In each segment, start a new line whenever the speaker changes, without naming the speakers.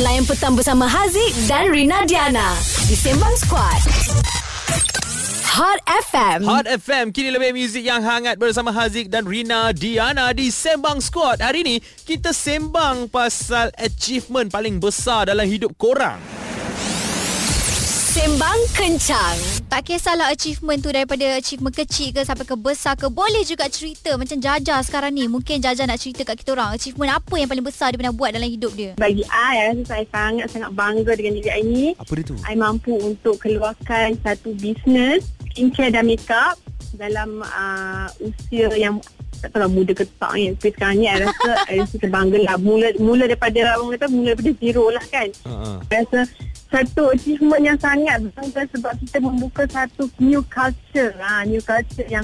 Layan petang bersama Haziq dan Rina Diana di Sembang Squad. Hot FM.
Hot FM Kini lebih muzik yang hangat Bersama Haziq dan Rina Diana Di Sembang Squad Hari ni Kita sembang pasal Achievement paling besar Dalam hidup korang
Sembang Kencang.
Tak kisahlah achievement tu daripada achievement kecil ke sampai ke besar ke boleh juga cerita macam Jaja sekarang ni mungkin Jaja nak cerita kat kita orang achievement apa yang paling besar dia pernah buat dalam hidup dia
Bagi I, I rasa saya sangat-sangat bangga dengan diri I ni.
Apa dia tu?
I mampu untuk keluarkan satu bisnes skincare dan makeup dalam uh, usia yang tak tahu lah muda ke tak ni. Tapi sekarang ni I rasa I rasa saya bangga lah. Mula, mula daripada orang kata mula daripada zero lah kan.
Uh-huh.
I rasa satu achievement yang sangat bangga sebab kita membuka satu new culture. Ha, new culture yang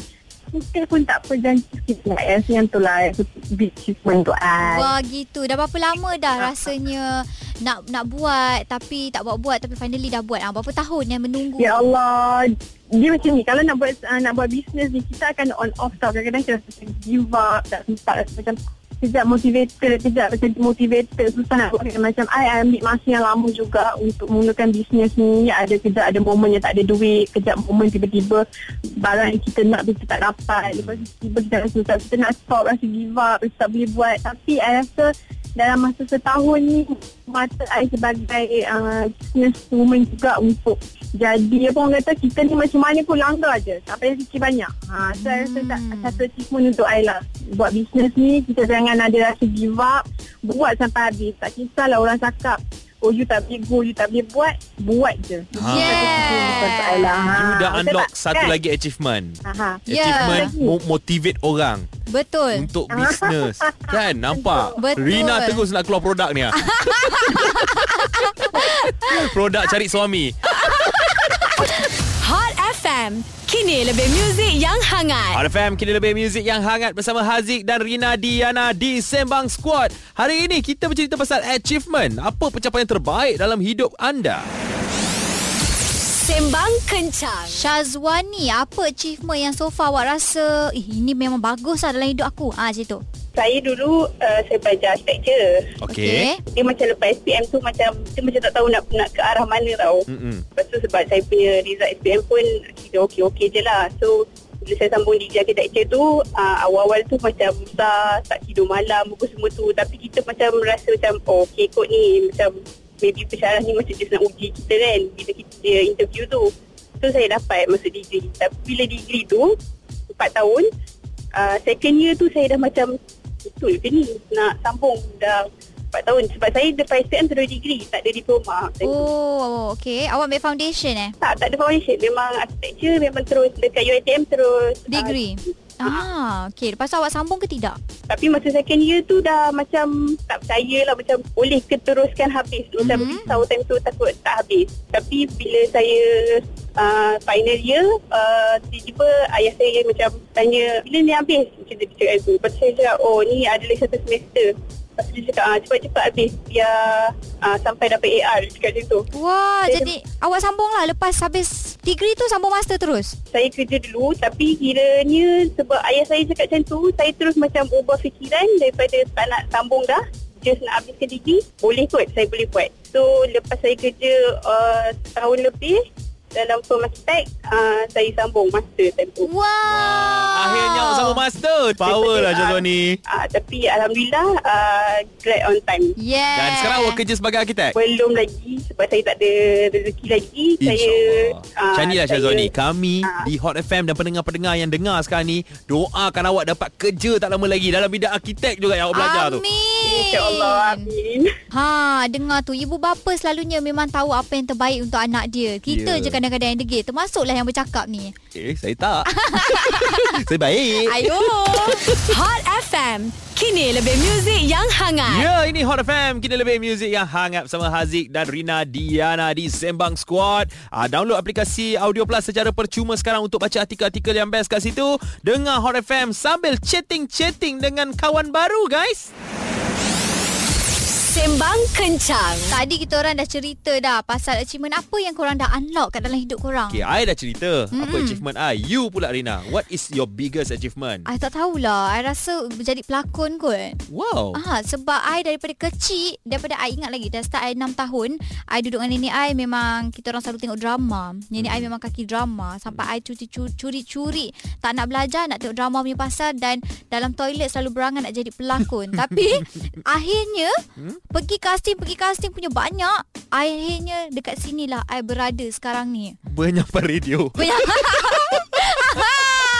kita pun tak apa janji sikit lah. I rasa yang tu lah I rasa big achievement tu I.
Wah gitu dah berapa lama dah rasanya nak nak buat tapi tak buat-buat tapi finally dah buat ah berapa tahun yang menunggu
Ya Allah Dia macam ni Kalau nak buat uh, nak buat bisnes ni Kita akan on off tau Kadang-kadang kita rasa macam give up Tak sempat rasa macam Kejap motivator Kejap macam motivator Susah nak buat Macam I ambil masa yang lama juga Untuk mulakan bisnes ni Ya, Ada kejap ada momen yang tak ada duit Kejap momen tiba-tiba Barang yang kita nak Kita tak dapat Lepas tu tiba kita rasa susah Kita nak stop Rasa give up Rasa tak boleh buat Tapi I rasa dalam masa setahun ni mata I sebagai uh, business woman juga untuk jadi apa orang kata kita ni macam mana pun langgar je tak payah fikir banyak ha, so hmm. I rasa tak, satu achievement untuk I lah buat bisnes ni kita jangan ada rasa give up buat sampai habis tak kisahlah orang cakap oh you tak boleh go you tak boleh buat buat je
Ha.
Itu untuk I lah. Ha,
You dah
betul
unlock
tak?
Satu
Kan?
lagi achievement
ha, ha.
Ya.
Achievement mo- Motivate orang
betul
Untuk bisnes Kan nampak
Betul.
Rina terus nak keluar produk ni ah. Produk cari suami
Hot FM. Kini lebih muzik yang hangat.
RFM kini lebih muzik yang hangat bersama Haziq dan Rina Diana di Sembang Squad. Hari ini kita bercerita pasal achievement. Apa pencapaian terbaik dalam hidup anda?
Sembang Kencang.
Syazwani apa achievement yang so far awak rasa eh, ini memang bagus lah dalam hidup aku ah macam tu
saya dulu uh, saya belajar architecture
Okey.
dia macam lepas SPM tu macam dia macam tak tahu nak nak ke arah mana tau.
Mm-mm.
Lepas tu sebab saya punya result SPM pun kira okey-okey je lah. So bila saya sambung degree architecture tu uh, awal-awal tu macam susah tak tidur malam buku semua tu tapi kita macam rasa macam oh okey kot ni macam maybe pensyarah ni macam dia nak uji kita kan bila kita dia interview tu so saya dapat masuk degree tapi bila degree tu 4 tahun uh, second year tu saya dah macam betul ke ni nak sambung dah 4 tahun sebab saya lepas SPM terus degree tak ada diploma
okay
oh.
oh okey awak ambil foundation eh
tak tak ada foundation memang architecture memang terus dekat UiTM terus ah,
degree ah okey lepas tu awak sambung ke tidak
Tapi masa second year tu dah macam tak percaya lah macam boleh keteruskan habis. Macam
Mhm.
mm-hmm. risau time tu takut tak habis. Tapi bila saya uh, final year, uh, tiba-tiba ayah saya macam tanya, bila ni habis? Macam dia cakap tu. Lepas tu saya cakap, oh ni ada lagi satu semester. Lepas tu dia cakap, ah, cepat-cepat habis biar uh, sampai dapat AR. Dia cakap macam tu.
Wah,
Saya-
jadi awak sambung lah lepas habis degree tu sambung master terus.
saya kerja dulu tapi kiranya sebab ayah saya cakap macam tu saya terus macam ubah fikiran daripada tak nak sambung dah just nak habiskan degree boleh kot saya boleh buat so lepas saya kerja uh, tahun lebih dalam firm architect uh, saya sambung master time tu
Wow.
Akhirnya awak sambung master. Power lah Jazwani.
uh, tapi Alhamdulillah uh, grad on time
Yeah.
Dan sekarang awak kerja sebagai arkitek.
belum lagi sebab saya tak ada rezeki lagi saya
InsyaAllah
ah,
Macam inilah
saya-
Syazwani Kami
Ah.
di Hot FM Dan pendengar-pendengar yang dengar sekarang ni Doakan awak dapat kerja tak lama lagi Dalam bidang arkitek juga yang awak belajar
Amin.
tu
InsyaAllah Amin
Ha, dengar tu ibu bapa selalunya memang tahu apa yang terbaik untuk anak dia.
Ya.
Kita yeah. je kadang-kadang yang degil, termasuklah yang bercakap ni.
Eh saya tak Saya baik
Ayo.
Hot FM. Kini lebih muzik yang hangat.
Ya, ini Hot FM. Kita lebih muzik yang hangat bersama Haziq dan Rina Diana di Sembang Squad. Uh, download aplikasi Audio Plus secara percuma sekarang untuk baca artikel-artikel yang best kat situ. Dengar Hot FM sambil chatting-chatting dengan kawan baru, guys.
Sembang Kencang.
Tadi kita orang dah cerita dah pasal achievement apa yang korang dah unlock kat dalam hidup korang.
Okay, I dah cerita mm-hmm. apa achievement I. You pula Rina, what is your biggest achievement?
I Ah, tak tahulah. I rasa jadi pelakon kot.
Wow.
Ah, sebab I daripada kecil, daripada I ingat lagi dah start I 6 tahun, I duduk dengan nenek I memang kita orang selalu tengok drama. Nenek I memang kaki drama sampai I curi-curi tak nak belajar nak tengok drama punya pasal dan dalam toilet selalu berangan nak jadi pelakon. Tapi akhirnya pergi casting, pergi casting punya banyak. Akhirnya dekat sinilah I berada sekarang ni.
Penyampai radio.
Banyak.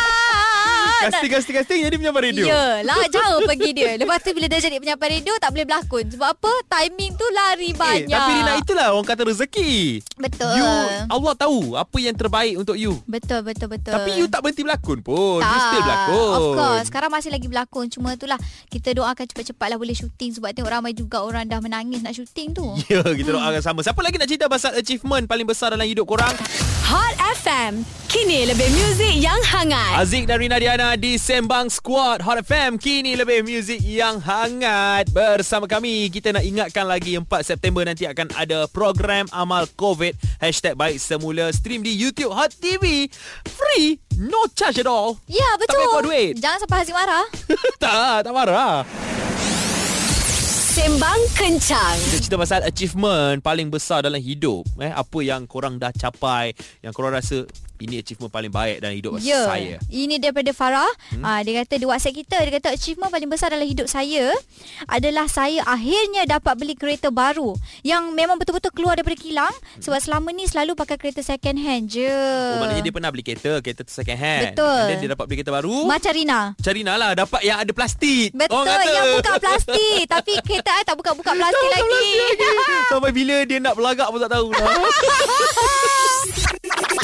Casting, casting, casting jadi penyampai radio.
Ya, lah jauh pergi dia. Lepas tu bila dah jadi penyampai radio tak boleh berlakon. Sebab apa? Timing tu lari
Eh,
banyak.
tapi Rina itulah orang kata rezeki.
Betul.
You Allah tahu apa yang terbaik untuk you.
Betul, betul, betul.
Tapi you tak berhenti berlakon pun. You still berlakon.
Of course Sekarang masih lagi berlakon Cuma itulah Kita doakan cepat-cepat lah Boleh syuting Sebab tengok ramai juga Orang dah menangis Nak syuting tu
Ya, kita doakan sama. Siapa lagi nak cerita pasal achievement paling besar dalam hidup korang?
Hot FM. Kini lebih muzik yang hangat.
Aziz dan Rina Diana di Sembang Squad Hot FM. Kini lebih muzik yang hangat. Bersama kami, kita nak ingatkan lagi 4 September nanti akan ada program Amal COVID. Hashtag baik semula. Stream di YouTube Hot TV. Free. No charge at all.
Ya
Tak
betul
payah keluar duit.
Jangan sampai Haziq marah
tak, tak marah.
Sembang Kencang.
Kita cerita pasal achievement paling besar dalam hidup. Eh, apa yang korang dah capai, yang korang rasa ini achievement paling baik dalam hidup
Ya
saya.
Ini daripada Farah hmm? uh, Dia kata Dia whatsapp kita Dia kata achievement paling besar dalam hidup saya Adalah saya akhirnya dapat beli kereta baru Yang memang betul-betul keluar daripada kilang Sebab selama ni selalu pakai kereta second hand je
Hmm. Oh, maknanya dia pernah beli kereta, kereta tu second hand.
Betul.
And then dia dapat beli kereta baru.
Macam Rina
Cari Nak lah Dapat yang ada plastik
Betul
Orang kata.
yang buka plastik Tapi kereta I tak buka-buka plastik
Tak
lagi
Sampai bila dia nak belagak pun tak tahu lah.